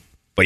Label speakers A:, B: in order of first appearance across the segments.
A: but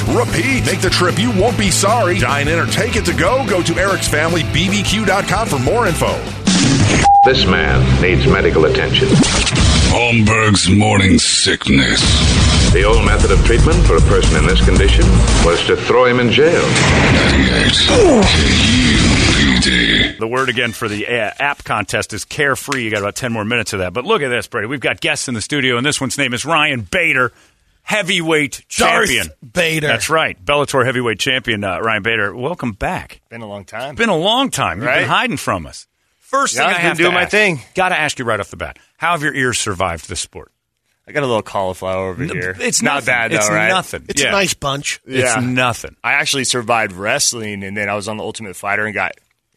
B: repeat. Make the trip. You won't be sorry. Dine in or take it to go. Go to ericsfamilybbq.com for more info.
C: This man needs medical attention.
D: Holmberg's morning sickness.
C: The old method of treatment for a person in this condition was to throw him in jail.
D: 98. KUPD.
A: The word again for the uh, app contest is carefree. You got about 10 more minutes of that. But look at this, Brady. We've got guests in the studio, and this one's name is Ryan Bader, heavyweight
E: Darth
A: champion.
E: Bader.
A: That's right. Bellator heavyweight champion, uh, Ryan Bader. Welcome back.
E: Been a long time.
A: Been a long time. You've
E: Right.
A: been hiding from us. First
E: Yeah,
A: thing
E: I've
A: I
E: been
A: have to
E: doing my
A: ask,
E: thing.
A: Got to ask you right off the bat. How have your ears survived this sport?
E: I got a little cauliflower over here.
A: It's
E: not
A: nothing.
E: bad though,
A: It's
E: right?
A: nothing.
F: It's
A: Yeah.
F: a nice bunch.
E: Yeah.
A: It's nothing.
E: I actually survived wrestling, and then I was on the Ultimate Fighter and got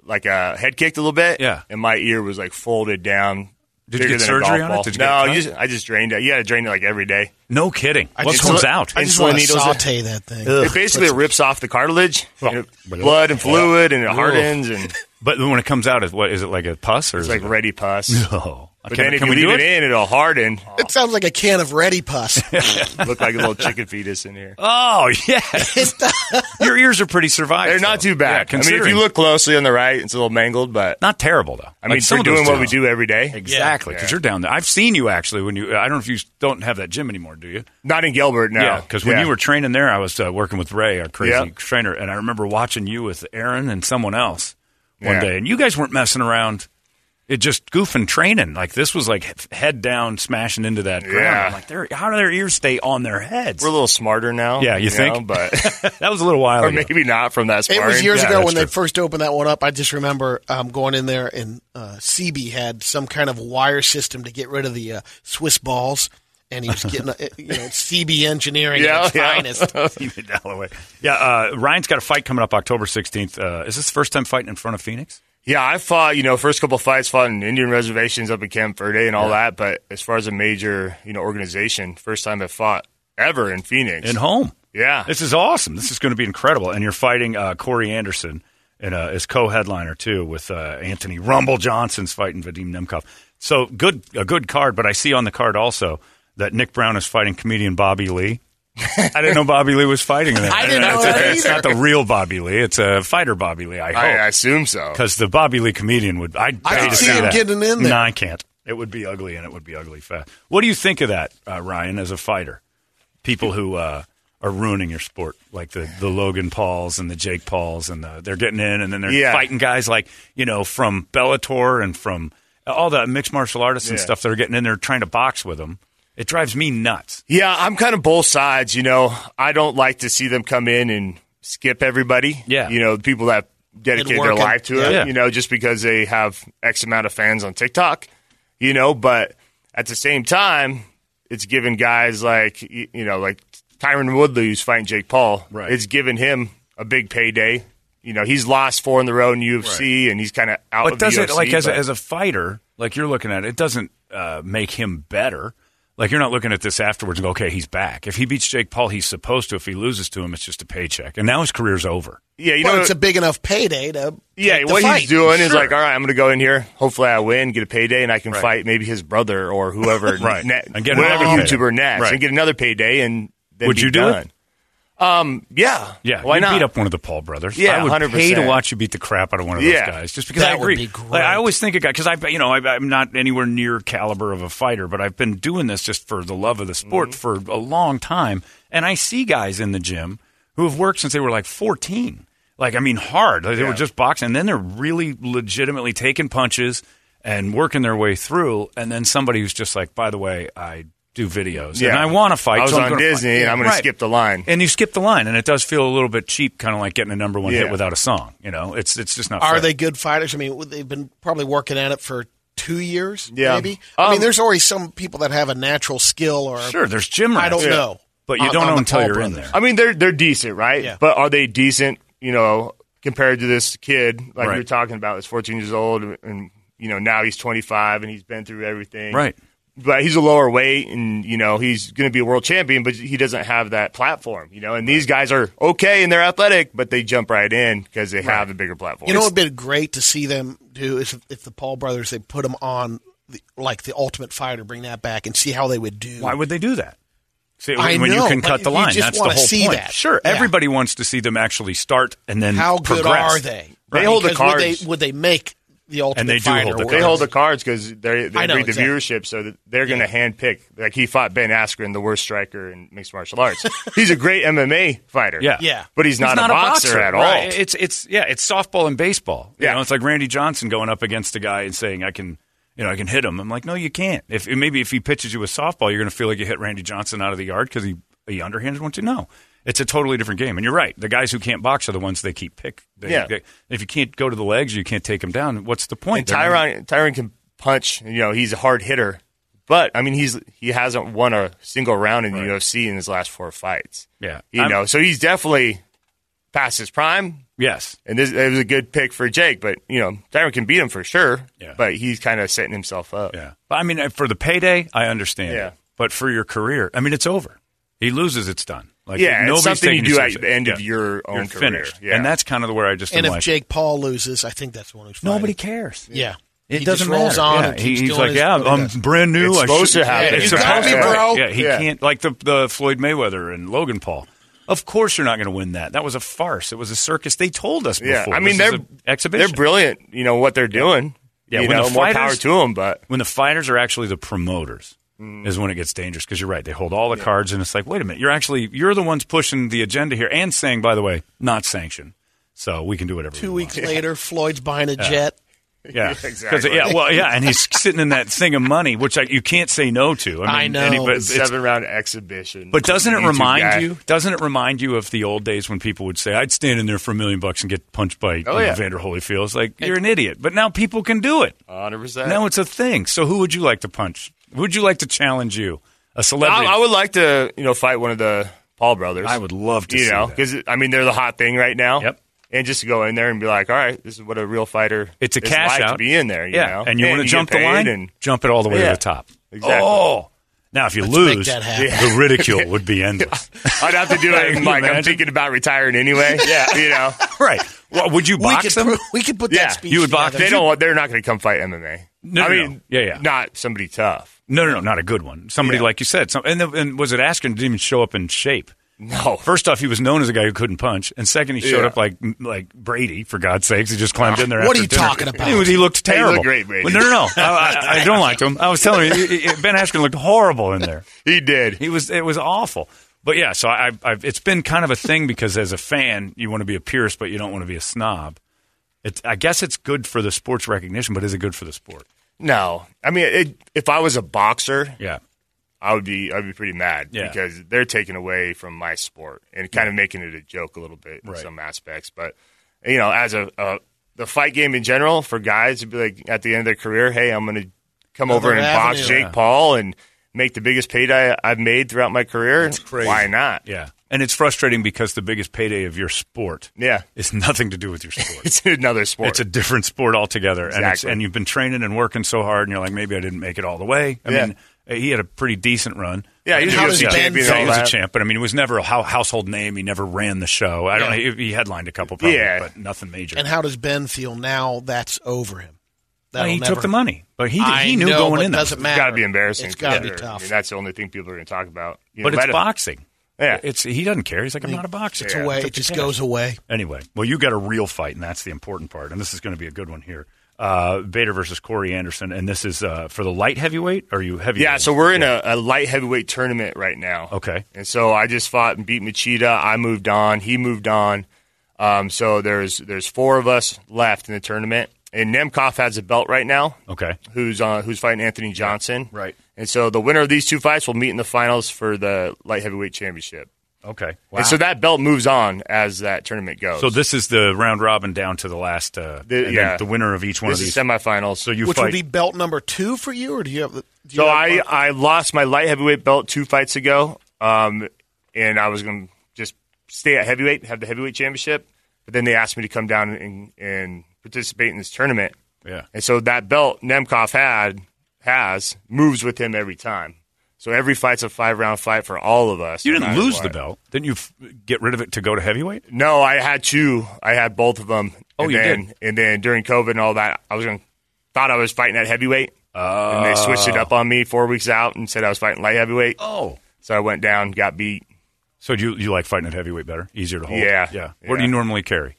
E: like uh, head kicked a little bit.
A: Yeah.
E: and my ear was like folded down.
A: Did you
E: bigger
A: get
E: than a
A: surgery
E: golf
A: on it?
E: ball.
A: Did you get
E: no,
A: it
E: you
A: cut?
E: just, I just drained it. You got to drain it like every day.
A: No kidding. what
E: just
A: comes
E: look-
A: out?
F: I
E: And
F: just
E: soy
F: want to
E: needles in-
F: saute that thing.
E: it basically rips off the cartilage, and it-
A: but it-
E: blood and fluid, and it hardens, and
A: but when it comes out, is what is it like a pus or
E: it's
A: is
E: like
A: it
E: ready pus.
A: Oh,
E: But
A: Can-
E: then if
A: can
E: you
A: we
E: leave
A: do
E: it in, it'll harden.
F: It sounds like a can of ready pus.
E: Look like a little chicken fetus in here.
A: Oh yeah, your ears are pretty survived.
E: They're not
A: though.
E: too
A: Yeah,
E: bad. I mean, if
A: considering-
E: you look closely on the right, it's a little mangled, but
A: not terrible though.
E: I mean,
A: some
E: we're
A: of those
E: doing what
A: do.
E: we do every day.
A: exactly because you're down there. I've seen you actually when you. I don't know if you don't have that gym anymore, do you?
E: Not in Gilbert now.
A: Yeah, because when you were training there, I was uh, working with Ray, our crazy
E: Yeah.
A: trainer, and I remember watching you with Aaron and someone else one
E: Yeah.
A: day, and you guys weren't messing around. It just goofing training like this was like he- head down smashing into that ground.
E: Yeah.
A: I'm like, "They're- how do their ears stay on their heads?
E: we're a little smarter now.
A: Yeah, you think?
E: know, but
A: that was a little while
E: or
A: ago.
E: maybe not from that
F: It
E: sparring.
F: was years
E: Yeah,
F: ago
E: that's
F: when
E: true.
F: they first opened that one up. I just remember um, going in there, and uh, CB had some kind of wire system to get rid of the uh, Swiss balls, and he was getting uh, you know CB engineering
E: Yeah,
F: at its
E: yeah.
F: finest.
A: Stephen Dalloway. Yeah, uh, Ryan's got a fight coming up October 16th. Uh, is this the first time fighting in front of Phoenix?
E: Yeah, I fought. You know, first couple fights fought in Indian reservations up in Camp Verde and all that. But as far as a major, you know, organization, first time I fought ever in Phoenix.
A: In home.
E: yeah,
A: This is awesome. This is going to be incredible. And you're fighting uh, Corey Anderson and uh, as co-headliner too with uh, Anthony Rumble Johnson's fighting Vadim Nemkov. So good, a good card. But I see on the card also that Nick Brown is fighting comedian Bobby Lee. I didn't know Bobby Lee was fighting him.
F: I didn't know
A: it's,
F: that
A: it's not
F: either.
A: the real Bobby Lee. It's a fighter Bobby Lee. I hope.
E: I, I assume so.
A: because the Bobby Lee comedian would. I'd
F: I
A: pay
F: could
A: to
F: see
A: see
F: him
A: that.
F: getting in there.
A: No, I can't. It would be ugly, and it would be ugly fast. What do you think of that, uh, Ryan, as a fighter? People who uh, are ruining your sport, like the, the Logan Pauls and the Jake Pauls, and the, they're getting in, and then they're
E: Yeah.
A: fighting guys like you know from Bellator and from all the mixed martial artists and
E: Yeah.
A: stuff that are getting in there trying to box with them. It drives me nuts.
E: Yeah, I'm kind of both sides. You know, I don't like to see them come in and skip everybody.
A: Yeah.
E: you know, the people that dedicate
F: And
E: their
F: work
E: life
F: it.
E: to
F: Yeah.
E: it.
A: Yeah.
E: You know, just because they have X amount of fans on TikTok. You know, but at the same time, it's giving guys like y- you know, like Tyron Woodley who's fighting Jake Paul.
A: Right.
E: it's giving him a big payday. You know, he's lost four in the row in UFC, and he's kind of out.
A: but
E: of the
A: doesn't
E: UFC,
A: like as a,
E: but-
A: as a fighter, like you're looking at it, it doesn't uh, make him better. Like you're not looking at this afterwards and go, okay, he's back. If he beats Jake Paul, he's supposed to. If he loses to him, it's just a paycheck, and now his career's over.
E: yeah, you
F: But
E: know,
F: it's a big enough payday to
E: Yeah,
F: take the
E: what
F: fight.
E: he's doing is
A: Sure.
E: like, all right, I'm going to go in here. Hopefully, I win, get a payday, and I can
A: Right.
E: fight maybe his brother or whoever,
A: Right.
E: ne-
A: And get
E: whatever
A: another payday.
E: YouTuber next,
A: Right.
E: and get another payday. And then
A: Would
E: be
A: you do it?
E: done. Um, yeah,
A: Yeah,
E: Why
A: you
E: not?
A: beat up one of the Paul brothers.
E: Yeah,
A: I would
E: 100%.
A: pay to watch you beat the crap out of one of those
E: Yeah.
A: guys. Just because
F: That
A: I
F: would be
A: agree. Like, I
F: great.
A: always think a guy because I, you know, I, I'm not anywhere near caliber of a fighter, but I've been doing this just for the love of the sport for
E: Mm-hmm.
A: a long time, and I see guys in the gym who have worked since they were like 14. Like I mean, hard. Like, They were just boxing, and then they're really legitimately taking punches and working their way through, and then somebody who's just like, by the way, I. Do videos,
E: Yeah.
A: and I want to fight.
E: I was
A: so I'm
E: on
A: gonna
E: Disney,
A: fight.
E: and I'm gonna
A: Right.
E: skip the line.
A: And you skip the line, and it does feel a little bit cheap, kind of like getting a number one hit
E: Yeah.
A: without a song. You know, it's it's just not.
F: Are
A: fair.
F: they good fighters? I mean, would- they've been probably working at it for two years,
E: Yeah.
F: maybe. I mean,
E: Um,
F: there's always some people that have a natural skill or
A: Sure, there's gym rats.
F: I don't know.
A: but you
F: on-
A: don't
F: on
A: know
F: the
A: until
F: Paul
A: you're in
F: brothers.
A: there.
E: I mean, they're they're decent, right?
F: Yeah.
E: But are they decent? You know, compared to this kid, like
A: Right.
E: you were talking about, that's 14 years old, and, and you know now he's 25 and he's been through everything,
A: Right.
E: But he's a lower weight, and you know he's going to be a world champion, but he doesn't have that platform, you know. And these guys are okay and they're athletic, but they jump right in because they have a bigger platform.
F: You know, it'd been great to see them do is if, if the Paul brothers they put them on the, like the Ultimate Fighter, bring that back and see how they would do.
A: Why would they do that? See,
F: I
A: when you
F: know,
A: can
F: but
A: cut the
F: you
A: line,
F: just
A: that's the
F: wanna
A: whole
F: see
A: point.
F: that.
A: Sure,
F: Yeah.
A: everybody wants to see them actually start and then
F: how good
A: progress.
F: are they?
E: They hold the
F: Because Would
E: cards.
F: they, would they make the Ultimate
A: they do
F: Fighter?
A: hold the
F: or
E: they
A: cards.
E: hold the cards because they they
F: I know,
E: read the
F: exactly.
E: viewership, so that they're going to handpick. Like he fought Ben Askren, the worst striker in mixed martial arts. he's a great MMA fighter,
A: Yeah.
F: Yeah.
E: but he's not, a, boxer, at all.
A: right. It's it's yeah, it's softball and baseball. You
E: Yeah.
A: know, it's like Randy Johnson going up against a guy and saying, "I can." You know, I can hit him. I'm like, no, you can't. If maybe if he pitches you a softball, you're going to feel like you hit Randy Johnson out of the yard because he he underhanded one. To no, it's a totally different game. And you're right. The guys who can't box are the ones they keep pick. They,
E: Yeah.
A: they- if you can't go to the legs, you can't take them down. What's the point?
E: And
A: They're not-
E: Tyron Tyron can punch. You know, he's a hard hitter, but I mean, he's he hasn't won a single round in the UFC in his last four fights.
A: Yeah.
E: you
A: I'm-
E: know, so he's definitely past his prime.
A: Yes.
E: And this it was a good pick for Jake, but you know, Tyron can beat him for sure.
A: Yeah.
E: but he's kind of setting himself up.
A: Yeah. But I mean, uh, for the payday, I understand.
E: Yeah.
A: It. But for your career, I mean, it's over. He loses, it's done. Like
E: Yeah, it's
A: nobody's
E: something you
A: taking
E: do at
A: seriously.
E: the end of your own
A: You're
E: career.
A: Finished.
E: Yeah.
A: And that's kind of the where I just
F: And
A: am
F: if
A: like,
F: Jake Paul loses, I think that's the one who's fighting.
A: nobody cares.
F: Yeah,
A: It
F: He
A: doesn't
F: just rolls
A: matter.
F: on.
A: Yeah,
F: and
A: he-
F: keeps
A: he's
F: doing
A: like,
F: his-
A: yeah,
F: what he
A: I'm
F: does.
A: brand new.
E: It's
A: I
E: supposed
A: should-
E: to happen.
A: Yeah, it's
F: You got
A: supposed
F: me,
A: to happen.
F: bro.
A: Yeah, he
E: Yeah.
A: can't like the the Floyd Mayweather and Logan Paul. Of course, you're not going to win that. That was a farce. It was a circus. They told us
E: Yeah,
A: before.
E: I mean
A: This is
E: they're
A: a exhibition.
E: They're brilliant. You know what they're doing.
A: Yeah,
E: you
A: when
E: know,
A: the
E: more power
A: fighters-
E: to them. But
A: when the fighters are actually the promoters
E: Mm.
A: is when it gets dangerous because you're right they hold all the cards and it's like wait a minute you're actually you're the ones pushing the agenda here and saying by the way not sanction so we can do whatever
F: Two
A: we
F: weeks later, Floyd's buying a jet.
A: want. yeah 'Cause,
E: exactly.
A: yeah well yeah and he's sitting in that thing of money which I, you can't say no to i, mean,
F: I know.
A: and he- but
F: It's
A: it's-
E: seven round exhibition.
A: but doesn't it
E: YouTube
A: remind
E: guy.
A: you? Doesn't it remind you of the old days when people would say, "I'd stand in there for a million bucks and get punched by
E: Oh,
A: you know,
E: yeah.
A: Vander Holyfield"? It's like you're an idiot. But now people can do it.
E: 100%.
A: Now it's a thing. So who would you like to punch? Who would you like to challenge you? A
E: I,
A: celebrity?
E: I would like to, you know, fight one of the Paul brothers.
A: I would love to
E: you
A: see
E: know,
A: that.
E: because I mean they're the hot thing right now.
A: Yep.
E: And just to go in there and be like, all right, this is what a real fighter.
A: It's a
E: is
A: cash
E: like
A: out.
E: to be in there. You
A: yeah,
E: know?
A: and you want to
E: get
A: jump the
E: paid
A: line
E: and
A: jump it all the way to
E: Yeah.
A: the top.
E: Exactly.
A: Oh, now if you
F: make
A: lose,
F: that happen.
A: the ridicule would be endless.
E: I'd have to do it.
A: Can you
E: like I'm
A: imagine?
E: thinking about retiring anyway. yeah, you know,
A: right? Well, would you
F: We
A: box
F: could,
A: them?
F: pro- we could put
E: Yeah,
F: that speech.
A: you would box-
F: together.
E: they don't. want- They're not going to come fight MMA.
A: No,
E: I
A: no,
E: mean,
A: no. Yeah, yeah.
E: not somebody tough.
A: No, no, no, not a good one. Somebody
E: Yeah.
A: like you said. Some, and, the, and was it Askren didn't even show up in shape?
E: No.
A: First off, he was known as a guy who couldn't punch, and second, he showed
E: Yeah.
A: up like like Brady for God's sakes. He just climbed in there.
F: What
A: after
F: are you
A: dinner.
F: talking about?
A: He, was- he looked
E: Hey, you
A: terrible.
E: look great, Brady.
A: Well, no, no, no. I, I, I don't like him. I was telling you, he- he- Ben Askren looked horrible in there.
E: He did.
A: He was it was awful. But yeah, so I, I've, it's been kind of a thing because as a fan, you want to be a purist, but you don't want to be a snob. It's, I guess it's good for the sports recognition, but is it good for the sport?
E: No, I mean, it, if I was a boxer,
A: Yeah,
E: I would be I'd be pretty mad
A: Yeah.
E: because they're taking away from my sport and kind of making it a joke a little bit in
A: Right.
E: some aspects. But you know, as a, a the fight game in general for guys to be like at the end of their career, hey, I'm going to come over
F: Another
E: and box
F: avenue.
E: Jake
F: Yeah.
E: Paul and make the biggest payday I've made throughout my career. Why not?
A: yeah. And it's frustrating because the biggest payday of your sport
E: Yeah.
A: is nothing to do with your sport.
E: It's another sport.
A: It's a different sport altogether, and it's,
E: Exactly.
A: and you've been training and working so hard, and you're like, maybe I didn't make it all the way. I
E: Yeah.
A: mean, he had a pretty decent run.
E: Yeah, he was
F: a
A: How
F: UFC
A: does Ben
F: champion and
A: feel?
F: all
A: He was a
E: that.
A: champ, but I mean, he was never a hou- household name. He never ran the show. I don't.
F: Yeah.
A: know. He, he headlined a couple, probably,
E: Yeah.
A: but nothing major.
F: And how does Ben feel now? That's over him.
A: Well,
F: That'll
A: he
F: never-
A: took the money, but he
F: I
A: he knew
F: know,
A: going
F: but
A: in
F: It doesn't
A: there.
F: matter.
E: it's got to be embarrassing.
F: It's
E: for
F: got to
E: sure.
F: be
E: I mean,
F: tough.
E: that's the only thing people are going to talk about. You
A: But
E: know, let
A: it's
E: 'em-
A: boxing.
E: Yeah.
A: It's he doesn't care. He's like, I'm not a boxer.
F: It's
A: Yeah,
F: away.
A: took
F: It
A: the
F: just
A: pin.
F: goes away.
A: Anyway, well, you got a real fight, and that's the important part. And this is going to be a good one here. Uh, Bader versus Corey Anderson, and this is uh, for the light heavyweight. Are you heavy?
E: Yeah, so we're in a, a light heavyweight tournament right now.
A: Okay.
E: And so I just fought and beat Machida. I moved on. He moved on. Um, so there's there's four of us left in the tournament. And Nemkov has a belt right now.
A: Okay.
E: Who's on? Who's fighting Anthony Johnson?
A: Right.
E: And so the winner of these two fights will meet in the finals for the light heavyweight championship.
A: Okay.
E: And so that belt moves on as that tournament goes.
A: So this is the round robin down to the last. Uh,
E: The-
A: and then
E: yeah.
A: the winner of each one
E: this
A: of these.
E: is semifinals.
A: so you
F: Which
A: fight.
F: would be belt number two for you, or do you have? the- Do
E: So
F: you have one?
E: I, I lost my light heavyweight belt two fights ago, um, and I was going to just stay at heavyweight, have the heavyweight championship, but then they asked me to come down and, and participate in this tournament.
A: yeah.
E: And so that belt Nemkov had has moves with him every time. So every fight's a five round fight for all of us.
A: You
E: no
A: didn't
E: matter
A: lose
E: what.
A: the belt, didn't you? F- get rid of it to go to heavyweight.
E: No, I had two. I had both of them.
A: Oh,
E: and
A: you
E: then,
A: did.
E: And then during COVID and all that, I was going to thought I was fighting at heavyweight. and they switched it up on me four weeks out and said I was fighting light heavyweight.
A: Oh.
E: So I went down, got beat.
A: So do you you like fighting at heavyweight better? Easier to hold.
E: Yeah.
A: Yeah. What do
E: Yeah.
A: you normally carry?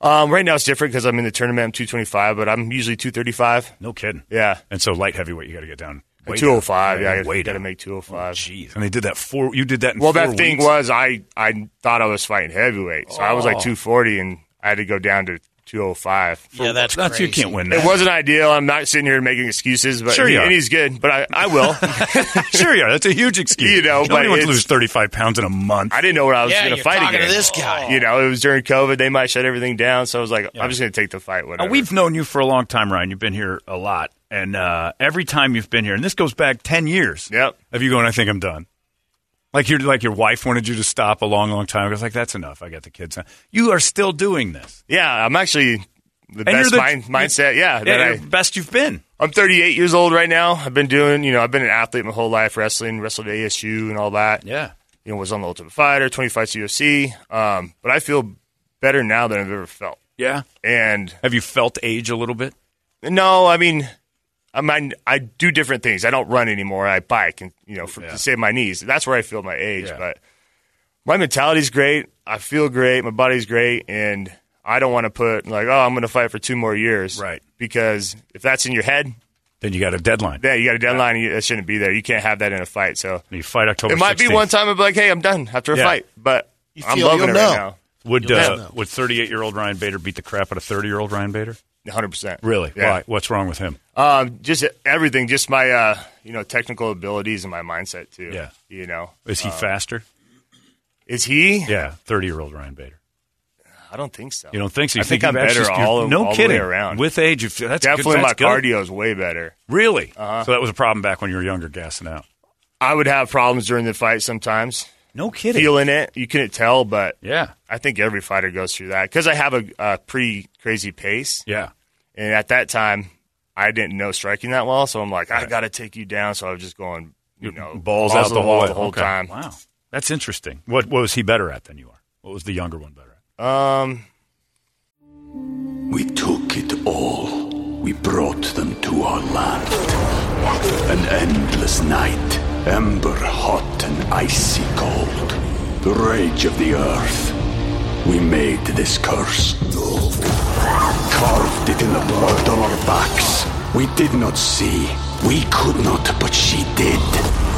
E: Um, right now it's different because I'm in the tournament. I'm 225, but I'm usually 235.
A: No kidding.
E: Yeah.
A: And so light heavyweight, you got to get down. way down.
E: 205. Yeah, I
A: way
E: got to
A: down. Oh,
E: make 205.
A: Jeez. And they did that four. You did that. In
E: well,
A: four
E: that thing
A: weeks? Oh.
E: was I, I thought I was fighting heavyweight. So I was like 240 and I had to go down to 205.
F: yeah, that's
A: That's you
F: crazy.
A: can't win that.
E: It wasn't ideal. I'm not sitting here making excuses, but
A: Sure
E: and,
A: you are.
E: and he's good, but I, I will.
A: sure, yeah, that's a huge excuse.
E: You know,
A: nobody
E: but
A: wants to
E: it's-
A: lose thirty-five pounds in a month.
E: I didn't know what I was
F: Yeah,
E: going
F: you're
E: fight
F: talking to
E: again.
F: this guy.
E: You know, it was during COVID. They might shut everything down. So I was like, I'm just going to take the fight.
A: Now,
E: Whatever.
A: Uh, we've known you for a long time, Ryan. You've been here a lot, and uh, every time you've been here, and this goes back ten years.
E: Yep.
A: Of you going, I think I'm done. Like your like your wife wanted you to stop a long, long time ago. It's like that's enough. I got the kids. now." You are still doing this.
E: yeah, I'm actually the best
A: you're the-
E: mind, mindset. Yeah, that
A: Yeah,
E: I,
A: you're the best you've been.
E: I'm 38 years old right now. I've been doing, you know, I've been an athlete my whole life, wrestling, wrestled at ASU and all that.
A: Yeah.
E: You know, was on the Ultimate Fighter, 20 fights UFC. Um, but I feel better now than I've ever felt.
A: Yeah.
E: And
A: Have you felt age a little bit?
E: No, I mean, I mean, I do different things. I don't run anymore. I bike, and you know, for, to save my knees. That's where I feel my age.
A: Yeah.
E: But my mentality's great. I feel great. My body's great, and I don't want to put like, oh, I'm going to fight for two more years,
A: Right.
E: Because if that's in your head,
A: Then you got a deadline.
E: yeah, you got a deadline. and you- That shouldn't be there. You can't have that in a fight. So
A: You fight October.
E: it might be
A: 16th.
E: one time. I'd be like, hey, I'm done after a
A: Yeah.
E: fight, but
F: You
E: I'm
F: feel-
E: loving it
F: you'll
E: right
F: know.
E: now.
A: Would
F: You'll
A: uh,
F: know.
A: would 38 year old Ryan Bader beat the crap out of 30 year old Ryan Bader?
E: 100%.
A: Really?
E: Yeah.
A: Why? What's wrong with him?
E: Um, just everything, just my uh, you know technical abilities and my mindset too.
A: Yeah.
E: you know,
A: Is he faster?
E: is he?
A: Yeah, 30 year old Ryan Bader.
E: I don't think so.
A: You don't think so? You
E: I think,
A: you've
E: I'm better
A: actually- you're-
E: all,
A: no
E: all
A: kidding.
E: the way around.
A: With age, you feel, that's good-
E: Definitely, my
A: that's good.
E: cardio Uh-huh. is way better.
A: Really? So that was a problem back when you were younger, gassing out.
E: I would have problems during the fight sometimes,
A: No kidding.
E: feeling it. You couldn't tell, but
A: yeah,
E: I think every fighter goes through that because I have a, a pretty crazy pace,
A: yeah.
E: and at that time, I didn't know striking that well, so I'm like, I got to take you down. So I was just going, you know,
A: Balls, out
E: to
A: the
E: wall
A: whole,
E: the whole
A: okay.
E: time.
A: Wow, that's interesting. What what was he better at than you are? What was the younger one better at?
E: Um,
G: We took it all. We brought them to our land. An endless night, ember hot and icy cold. The rage of the earth. We made this curse. Carved it in the blood on our backs. We did not see. We could not, but she did.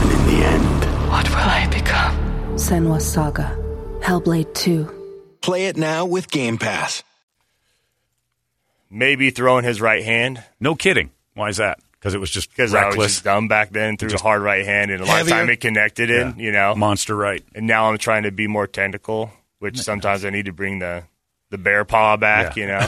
G: And in the end,
H: What will I become? Senwa Saga. Hellblade 2.
I: Play it now with Game Pass.
E: maybe throwing his right hand
A: No kidding. Why is that? Because it was just
E: because I was
A: reckless,
E: just dumb back then. Threw a hard right hand, and a lot of
F: Heavier?
E: time it connected in. You know,
A: monster, right?
E: and now I'm trying to be more technical, which sometimes I need to bring the the bear paw back,
A: Yeah.
E: you know.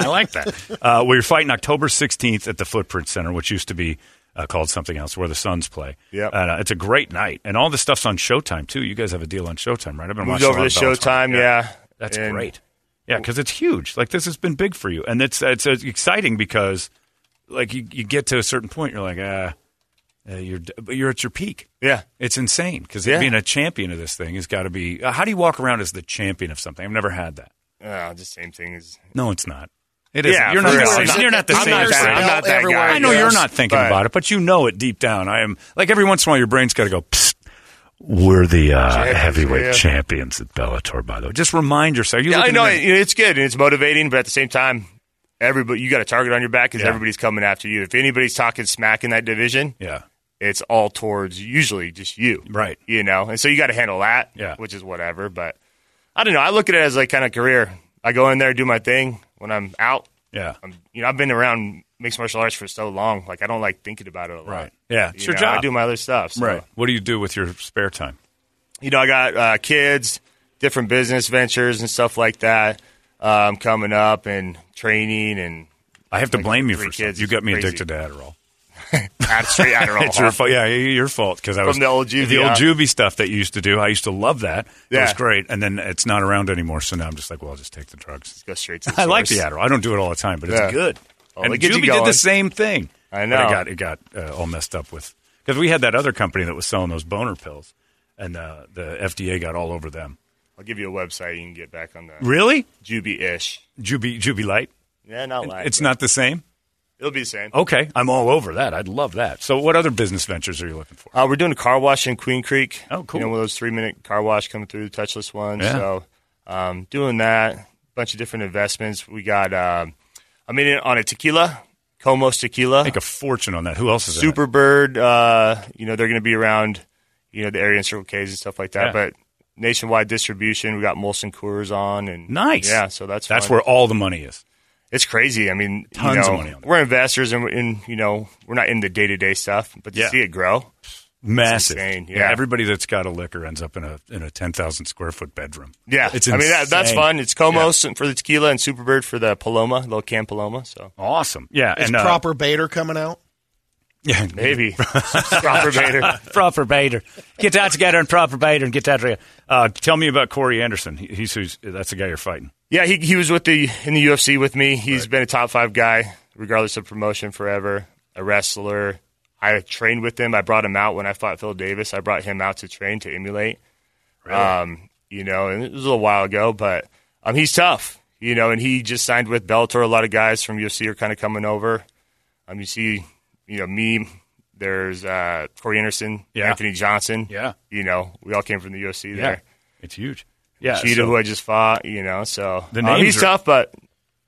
A: I like that. Uh, well, you're fighting October 16th at the Footprint Center, which used to be uh, called something else, where the Suns play.
E: Yep.
A: And, uh, it's a great night, and all the stuff's on Showtime too. You guys have a deal on Showtime, right? I've been
E: Moved
A: watching a
E: over to
A: lot of Bellator.
E: Showtime, yeah.
A: That's
E: And
A: great. Yeah, because it's huge. Like this has been big for you, and it's it's, it's exciting because like you, you get to a certain point, you're like ah, uh, you're d- but you're at your peak.
E: Yeah.
A: It's insane because
E: Yeah.
A: being a champion of this thing has got to be. Uh, how do you walk around as the champion of something? I've never had that.
E: Uh, the same thing as
A: No, it's not. It is.
E: Yeah,
A: you're
E: for
A: not.
E: real.
A: The same,
E: I'm
A: you're not the
E: I'm
A: same.
E: not
A: person.
E: that, I'm not that
F: Everywhere
E: guy.
F: I
A: I know
F: guess,
A: you're not thinking
E: but-
A: about it, but you know it deep down. I am. Like every once in a while, your brain's got to go. Psst, We're the uh,
E: Champions,
A: heavyweight
E: yeah.
A: champions at Bellator, by the way. Just remind yourself. You're
E: Yeah, I
A: looking
E: know
A: at-
E: it, it's good and it's motivating, but at the same time, everybody you got a target on your back because
A: Yeah.
E: everybody's coming after you. If anybody's talking smack in that division,
A: yeah.
E: it's all towards usually just you,
A: Right.
E: You know, and so you got to handle that,
A: Yeah.
E: which is whatever. But I don't know. I look at it as like kind of career. I go in there, do my thing. When I'm out,
A: Yeah.
E: I'm, you know, I've been around mixed martial arts for so long. Like I don't like thinking about it a lot.
A: Right. Yeah. It's
E: You
A: your
E: know,
A: job.
E: I do my other stuff. so
A: Right. What do you do with your spare time?
E: you know, I got uh, kids, different business ventures and stuff like that um, coming up, and training and
A: I have to
E: Like
A: blame you
E: three
A: for something.
E: kids
A: You
E: is
A: got me
E: crazy.
A: addicted to Adderall.
E: out straight Adderall.
A: It's your fault. Yeah, your fault because I
E: From
A: was
E: the old juvie,
A: the old
E: huh?
A: juvie stuff that you used to do. I used to love that. It was
E: Yeah.
A: great, and then it's not around anymore. So now I'm just like, well, I'll just take the drugs.
E: Go straight to the
A: I like the
E: source.
A: Adderall. I don't do it all the time, but it's
E: Yeah.
A: good.
E: Oh,
A: and
E: it gets you
A: juvie did the
E: going.
A: same thing.
E: I
A: But
E: know.
A: it got it got uh, all messed up with because we had that other company that was selling those boner pills, and uh, the FDA got all over them.
E: I'll give you a website you can get back on that.
A: Really,
E: Juby ish.
A: juvie juvie light.
E: Yeah, not lying.
A: It's
E: but
A: not Oh. the same.
E: It'll be the same.
A: Okay, I'm all over that. I'd love that. So, what other business ventures are you looking for?
E: Uh, we're doing a car wash in Queen Creek.
A: Oh, cool.
E: You know, one of those three minute car wash coming through the touchless one.
A: Yeah.
E: So, um, doing that, bunch of different investments. We got, um, I'm in it on a tequila, Comos tequila.
A: Make a fortune on that. Who else is in it?
E: Superbird, uh, you know, they're going to be around, you know, the area in Circle K's and stuff like that.
A: Yeah.
E: But nationwide distribution, we got Molson Coors on and
A: Nice.
E: Yeah, so that's
A: That's
E: fun.
A: where all the money is.
E: it's crazy. I mean, you
A: Tons of
E: know,
A: money on that.
E: We're investors and, we're in, you know, we're not in the day to day stuff, but to
A: Yeah.
E: see it grow,
A: Massive.
E: insane,
A: Yeah.
E: yeah.
A: Everybody that's got a liquor ends up in a in a ten thousand square foot bedroom.
E: yeah,
A: It's
E: I mean that, that's
A: insane.
E: fun. It's Comos for the tequila and Superbird for the Paloma, little Can Paloma. So
A: Awesome. Yeah.
F: Is
A: and uh,
F: proper Bader coming out?
A: Yeah.
E: maybe proper Vader.
A: proper Bader. Get that together and proper Bader and get that together. Uh, tell me about Corey Anderson. He, he's who's that's the guy you're fighting.
E: Yeah, he he was with the in the UFC with me. He's been a top five guy, regardless of promotion, forever. A wrestler. I trained with him. I brought him out when I fought Phil Davis. I brought him out to train to emulate. Um, you know, and it was a little while ago, but um, he's tough. You know, and he just signed with Bellator. A lot of guys from UFC are kind of coming over. Um, you see, you know, me. There's uh, Corey Anderson,
A: Yeah.
E: Anthony Johnson.
A: Yeah.
E: you know, we all came from the UFC there.
A: It's huge. Yeah.
E: Cheetah,
A: so-
E: who I just fought, you know, so
A: The
E: um,
A: names
E: he's
A: are-
E: tough, but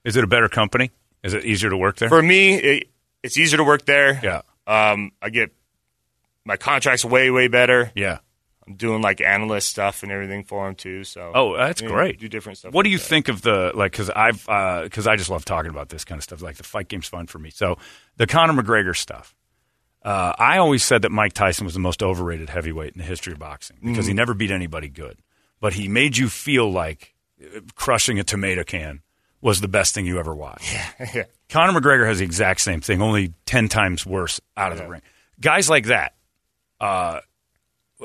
A: is it a better company? Is it easier to work there?
E: for me, it, it's easier to work there.
A: yeah.
E: Um, I get my contracts way, way better.
A: Yeah.
E: I'm doing like analyst stuff and everything for them too. So
A: Oh, that's
E: Yeah,
A: great.
E: Do different stuff.
A: What do
E: like
A: you
E: that.
A: think of the like? Because I've because I just love talking about this kind of stuff. Like the fight game's fun for me. So the Conor McGregor stuff. Uh, I always said that Mike Tyson was the most overrated heavyweight in the history of boxing because he
E: Mm.
A: never beat anybody good, but he made you feel like uh, crushing a tomato can was the best thing you ever watched. Conor McGregor has the exact same thing, only ten times worse out of the ring. Guys like that, uh,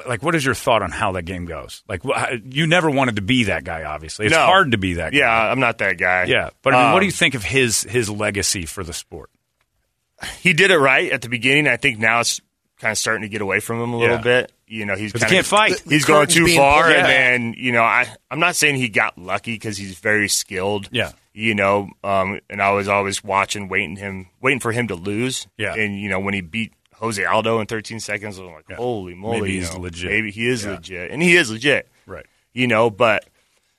A: like what is your thought on how that game goes? Like wh- how- you never wanted to be that guy. Obviously, it's
E: No.
A: hard to be that. guy.
E: Yeah, I'm not that guy.
A: Yeah, but I mean, what do
E: Um,
A: you think of his his legacy for the sport?
E: He did it right at the beginning. I think now it's kind of starting to get away from him a little
A: Yeah.
E: bit. You know, he's
A: 'Cause he
E: kinda-
A: can't fight.
E: He's
F: The
E: going
F: curtain's
E: too
F: being
E: far,
F: pulled
E: and
F: back.
E: then you know, I I'm not saying he got lucky because he's very skilled.
A: Yeah.
E: you know, um, and I was always watching, waiting him, waiting for him to lose.
A: Yeah.
E: and you know when he beat Jose Aldo in 13 seconds, I'm like, holy moly,
A: Maybe
E: you
A: he's
E: know,
A: legit.
E: Maybe he is
A: Yeah.
E: legit, and he is legit.
A: Right.
E: You know, but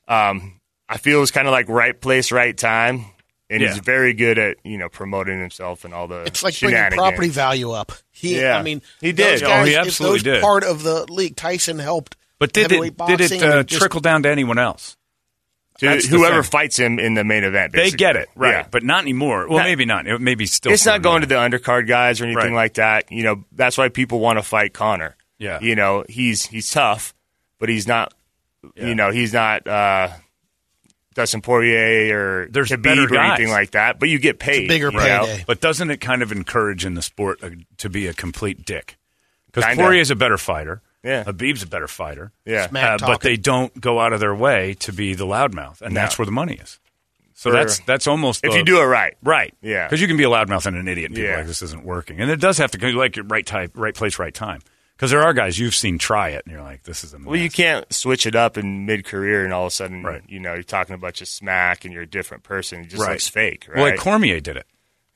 E: um, I feel it's kind of like right place, right time. And he's
A: Yeah.
E: very good at you know promoting himself and all the
F: It's like bringing
E: uh, shenanigans.
F: property value up. He,
E: Yeah.
F: I mean,
E: He did.
F: Those
E: Oh,
F: guys,
A: he
F: if
A: absolutely
F: those
A: did.
F: Part of the league, Tyson helped.
A: But did
F: heavyweight
A: it did
F: boxing,
A: it
F: and
A: uh,
F: just-
A: trickle down to anyone else?
E: to
A: That's the
E: whoever
A: thing.
E: fights him in the main event.
A: They
E: Basically.
A: get it, right?
E: Yeah.
A: But not anymore. Well,
E: Not-
A: maybe not. It maybe still.
E: it's not going to the undercard guys or anything
A: Right.
E: like that. You know, that's why people want to fight Connor.
A: Yeah.
E: you know, he's he's tough, but he's not. You know, he's not uh, Dustin Poirier or
A: There's better
E: Khabib or
A: guys.
E: anything like that. But you get paid.
F: bigger
E: you know?
F: payday.
A: But doesn't it kind of encourage in the sport uh, to be a complete dick? Because
E: Kinda.
A: Poirier's a better fighter.
E: Yeah.
A: Habib's a better fighter. Uh,
E: Yeah.
F: Smack
A: but
F: talking.
A: they don't go out of their way to be the loudmouth, and that's
E: No.
A: where the money is. So
E: For-
A: that's that's almost
E: If
A: the-
E: you do it right,
A: Right.
E: Yeah.
A: Because you can be a loudmouth and an idiot. And people are
E: Yeah.
A: like this isn't working, and it does have to go like your right type, right place, right time. Because there are guys you've seen try it, and you're like, this is a mess.
E: Well, you can't switch it up in mid career and all of a sudden,
A: Right.
E: you know, you're talking about your smack and you're a different person. It just
A: Right.
E: looks fake, right?
A: Well, like Cormier did it.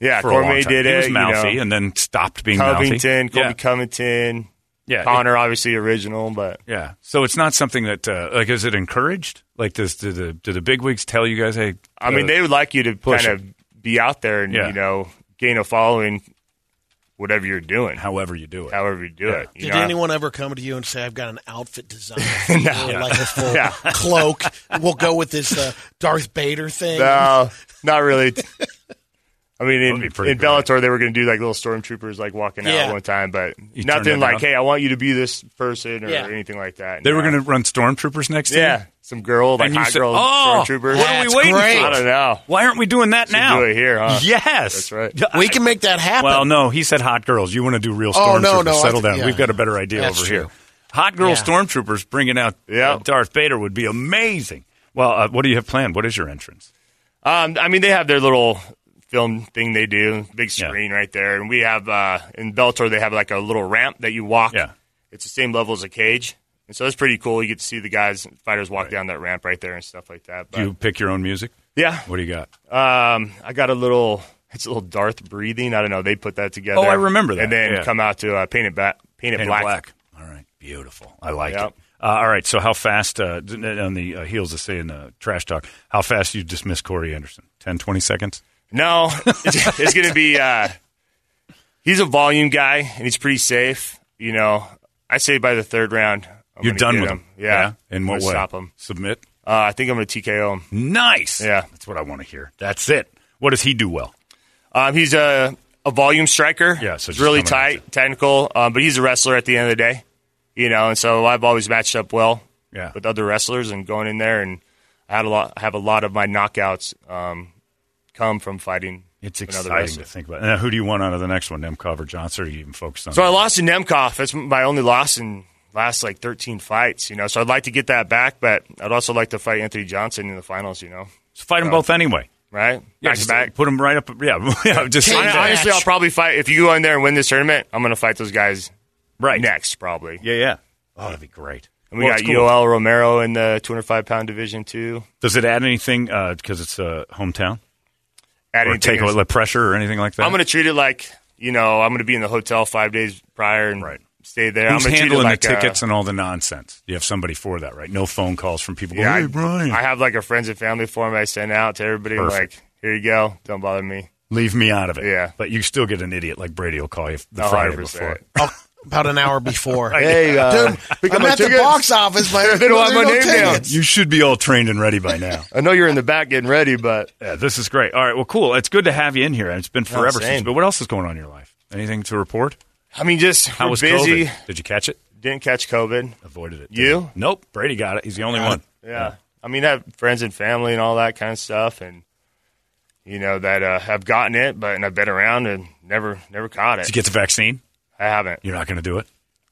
E: yeah,
A: for a long
E: Cormier
A: time.
E: did
A: He
E: it.
A: was mouthy
E: you know,
A: and then stopped being mouthy.
E: Covington, Colby
A: Yeah.
E: Covington,
A: Yeah,
E: Connor, obviously original, but
A: Yeah. So it's not something that uh, like is it encouraged? Like does do the do the bigwigs tell you guys? Hey,
E: I mean,
A: uh,
E: they would like you to
A: push
E: kind of be out there and
A: Yeah.
E: you know gain a following, whatever you're doing,
A: however you do it.
E: however you do
A: Yeah.
E: it. You
F: Did
E: know,
F: anyone ever come to you and say, "I've got an outfit design, for you," or like a full
E: Yeah.
F: cloak? We'll go with this uh, Darth Vader thing."
E: No, not really. I mean, in,
A: be pretty
E: in
A: great.
E: Bellator, they were going to do like little stormtroopers like walking
F: Yeah.
E: out one time, but
A: You turned
E: nothing
A: it
E: like,
A: down?
E: hey, I want you to be this person or
F: Yeah.
E: anything like that.
A: They were
E: No.
A: going to run stormtroopers next to
E: yeah,
A: you?
E: some girl like
A: And you
E: hot
A: said,
E: girl
A: "Oh,
E: stormtrooper.
A: what are we That's waiting great. for?"
E: I don't know.
A: Why aren't we doing that now?
E: do it here, huh?
A: Yes,
E: That's right.
A: Yeah,
F: we
A: I-
F: can make that happen.
A: Well, no, he said hot girls. You want to do real stormtroopers?
F: Oh, no, no, I
A: Settle
F: think-
A: down.
F: yeah.
A: We've got a better idea
F: That's
A: over
F: true.
A: here. Hot girl
F: Yeah.
A: stormtroopers bringing out
E: Yeah.
A: uh, Darth Vader would be amazing. Well, uh, what do you have planned? What is your entrance?
E: Um, I mean, they have their little film thing they do, big
A: Yeah.
E: screen right there, and we have uh, in Bellator they have like a little ramp that you walk.
A: Yeah.
E: it's the same level as a cage, and so it's pretty cool. You get to see the guys fighters walk down that ramp right there and stuff like that. But
A: Do you pick your own music?
E: yeah,
A: What do you got?
E: um, I got a little. It's a little Darth breathing. I don't know. They put that together.
A: Oh, I remember that.
E: And then
A: Yeah.
E: come out to uh, paint it back, paint it
A: Painted
E: black.
A: All right, beautiful. I like
E: Yep.
A: it. Uh, all right, so how fast, uh, d- on the uh, heels of saying uh, trash talk, how fast you dismiss Corey Anderson? 10, 20 seconds?
E: No, it's, it's going to be. Uh, he's a volume guy, and he's pretty safe. You know, I say by the third round, I'm
A: You're
E: gonna
A: done
E: get
A: with
E: him.
A: him.
E: Yeah.
A: In
E: I'm
A: what
E: gonna
A: way?
E: Stop him.
A: Submit?
E: Uh, I think I'm going to TKO him.
A: Nice.
E: Yeah.
A: That's what I want to hear. That's it. What does he do well?
E: Um, he's a, a volume striker.
A: Yeah, so
E: he's
A: just
E: really
A: coming at
E: tight, technical, um, but he's a wrestler at the end of the day. You know, and so I've always matched up well
A: Yeah.
E: with other wrestlers and going in there and I had a lot have a lot of my knockouts um, come from fighting.
A: It's
E: another
A: exciting
E: wrestler.
A: to think about. Now, who do you want out of the next one, Nemkov or Johnson? Or are you even focused on
E: So I lost to Nemkov. That's my only loss in last like 13 fights, you know. So I'd like to get that back, but I'd also like to fight Anthony Johnson in the finals, you know.
A: So fight them both anyway.
E: Right?
A: Yeah,
E: back
A: just
E: to back.
A: Put them right up. Yeah, yeah just
F: Cage
E: Hon-
F: match.
E: Honestly, I'll probably fight if you go in there and win this tournament. I'm going to fight those guys
A: right
E: next, probably.
A: Yeah, yeah. Oh, that'd be great.
E: And we
A: Well,
E: got
A: it's cool.
E: Yoel Romero in the 205 pound division too.
A: Does it add anything because it's uh, hometown?
E: Adding
A: Or take
E: things-
A: away the pressure or anything like that?
E: I'm going to treat it like you know I'm going to be in the hotel five days prior and
A: Right.
E: stay there.
A: Who's
E: I'm gonna treat
A: handling
E: it like uh,
A: the
E: a-
A: tickets and all the nonsense? You have somebody for that, right? No phone calls from people.
E: Yeah,
A: going,
E: I-
A: hey, Brian,
E: I have like a friends and family form I send out to everybody. I'm
A: Perfect.
E: Like, here you go. Don't bother me.
A: leave me out of it.
E: Yeah.
A: but you still get an idiot like Brady will call you the
E: A
A: Friday
E: hundred
A: before.
E: percent.
F: Oh, about an hour before.
E: Hey, uh,
F: Dude,
E: pick up
F: I'm
E: my
F: at the
E: tickets.
F: box office. My,
E: They don't have
F: there
E: my
F: are no
E: name down.
F: tickets.
A: You should be all trained and ready by now.
E: I know you're in the back getting ready, but
A: yeah, this is great. All right, well, cool. It's good to have you in here. It's been forever
E: same.
A: since. But what else is going on in your life? Anything to report?
E: I mean, just
A: How
E: we're
A: was
E: busy.
A: COVID? Did you catch it?
E: Didn't catch COVID.
A: Avoided it.
E: You?
A: didn't Nope. Brady got it. He's the only one.
E: Yeah. I mean, I have friends and family and all that kind of stuff, and you know that uh, have gotten it, but and I've been around and never never caught
A: Did
E: it.
A: you get the vaccine?
E: I haven't.
A: You're not going to do it.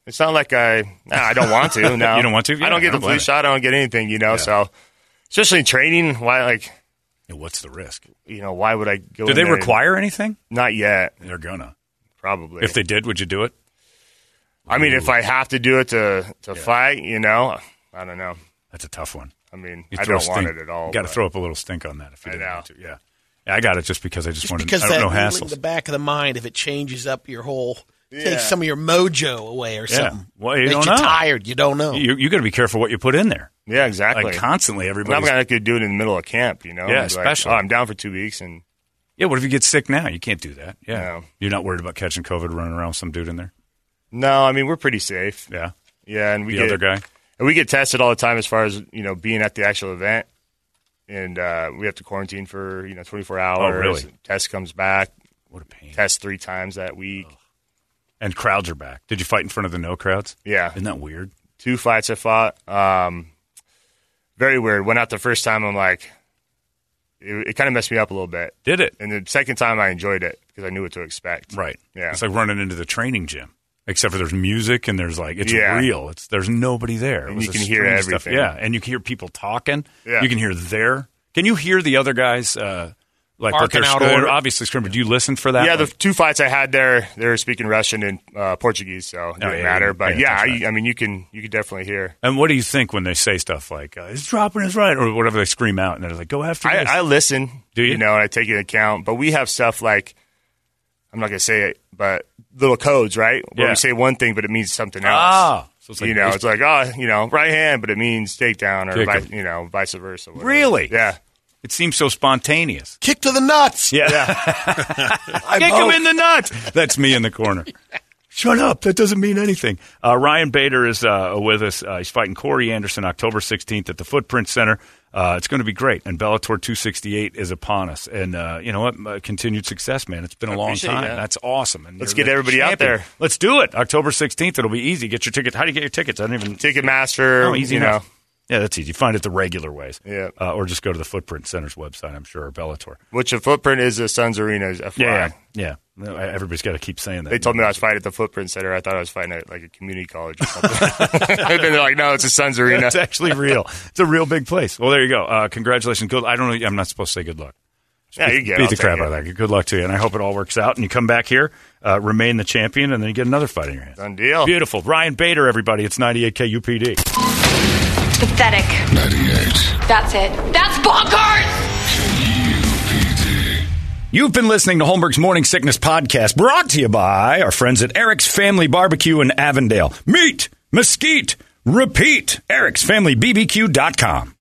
E: It's not like I nah, I don't want to. No,
A: You don't want to? Yeah,
E: I don't
A: I
E: get
A: don't
E: the flu
A: blame
E: shot. I don't get anything. You know, so especially in training, why like
A: And What's the risk?
E: you know why would I go?
A: Do
E: in
A: they
E: there and-
A: require anything?
E: Not yet,
A: They're gonna.
E: probably.
A: If they did, would you do it?
E: I mean, if I have to do it to to fight, you know, I don't know.
A: That's a tough one.
E: I mean,
A: You
E: I
A: throw a
E: don't want
A: stink-
E: it at all.
A: You got to
E: but-
A: throw up a little stink on that if you
E: I
A: didn't
E: know.
A: want to. Yeah. yeah, I got it just because I just,
F: Just
A: wanted.
F: because
A: I don't
F: that
A: know
F: needle in
A: hassles.
F: the back of the mind, if it changes up your whole,
E: Yeah.
F: takes some of your mojo away or
A: Yeah.
F: something.
A: Well, you
F: Makes
A: don't
F: you
A: know.
F: tired. You don't know.
A: you you got to be careful what you put in there.
E: Yeah, exactly.
A: Like constantly,
E: I'm
A: everybody's
E: not gonna do it in the middle of camp, you know.
A: Yeah,
E: And be
A: especially.
E: Like, oh, I'm down for two weeks, and
A: Yeah, what if you get sick now? You can't do that. Yeah,
E: No.
A: you're not worried about catching COVID running around with some dude in there.
E: no, I mean we're pretty safe.
A: Yeah,
E: Yeah, and we
A: the
E: get
A: other guy.
E: and we get tested all the time as far as you know being at the actual event, and uh, we have to quarantine for you know 24 hours.
A: Oh, really?
E: Test comes back,
A: What a pain.
E: test three times that week.
A: And crowds are back. Did you fight in front of the no crowds?
E: Yeah.
A: isn't that weird?
E: Two fights I fought. Um, very weird. Went out the first time. I'm like, it, it kind of messed me up a little bit.
A: Did it
E: And the second time, I enjoyed it because I knew what to expect.
A: right?
E: Yeah.
A: it's like running into the training gym. Except for there's music and there's like it's
E: Yeah.
A: real. It's there's nobody there. It
E: And
A: was
E: you
A: the
E: can hear
A: strange stuff.
E: everything.
A: Yeah, and you can hear people talking.
E: Yeah.
A: you can hear their. Can you hear the other guys? Uh, like what
F: Barking
A: they're
F: out
A: they're
F: orders.
A: obviously screaming. Do you listen for that?
E: yeah, the
A: Like,
E: two fights I had there, they were speaking Russian and uh, Portuguese, so it didn't
A: Oh, yeah,
E: matter.
A: yeah,
E: but
A: yeah,
E: yeah,
A: that's
E: I, I mean, you can you can definitely hear.
A: and what do you think when they say stuff like uh, "It's dropping, it's right" or whatever they scream out, and they're like, "Go after
E: I,
A: this."
E: I listen,
A: Do you?
E: know, and I take it into account. But we have stuff like I'm not going to say it, but little codes, right? Where
A: Yeah.
E: we say one thing, but it means something else.
A: Ah, so it's like
E: you know,
A: base-
E: it's like oh, you know, right hand, but it means takedown, or
A: Kick 'em.
E: vi- you know, vice versa. whatever.
A: Really?
E: Yeah.
A: It seems so spontaneous.
F: Kick to the nuts.
A: Yeah. Kick him
F: both.
A: in the nuts. That's me in the corner. Shut up. That doesn't mean anything. Uh, Ryan Bader is uh, with us. Uh, he's fighting Corey Anderson October 16th at the Footprint Center. Uh, it's going to be great. And Bellator 268 is upon us. And uh, you know what? Uh, continued success, man. It's been a long
E: appreciate
A: time.
E: that.
A: That's awesome. And
E: Let's
A: you're
E: get
A: the
E: everybody out there.
A: Let's do it. October 16th. It'll be easy. Get your tickets. How do you get your tickets? I don't even.
E: Ticketmaster,
A: Oh, easy
E: you
A: enough.
E: know.
A: Yeah, that's easy. Find it the regular ways.
E: Yeah.
A: Uh, or just go to the Footprint Center's website, I'm sure, or Bellator.
E: Which the footprint is the Suns Arena. FYI.
A: Yeah, yeah. No, Everybody's got to keep saying that.
E: They told me I was fighting at the footprint center. I thought I was fighting at like a community college or something. and they're like, no, it's a Suns Arena.
A: It's actually real. It's a real big place. Well, there you go. Uh, congratulations. Good. I don't know. I'm not supposed to say good luck.
E: Yeah, you
A: Beat-
E: get it.
A: beat
E: I'll
A: the
E: take
A: crap
E: it.
A: out of that. Good luck to you, and I hope it all works out. And you come back here, uh, remain the champion, and then you get another fight in your hands.
E: Done
J: Oh.
E: deal.
A: Beautiful, Ryan Bader, everybody. It's 98K UPD.
K: Pathetic.
L: 98.
K: That's it. That's bonkers!
L: UPD.
J: You've been listening to Holmberg's Morning Sickness Podcast, brought to you by our friends at Eric's Family Barbecue in Avondale. Meet, mesquite, repeat, ericsfamilybbq.com.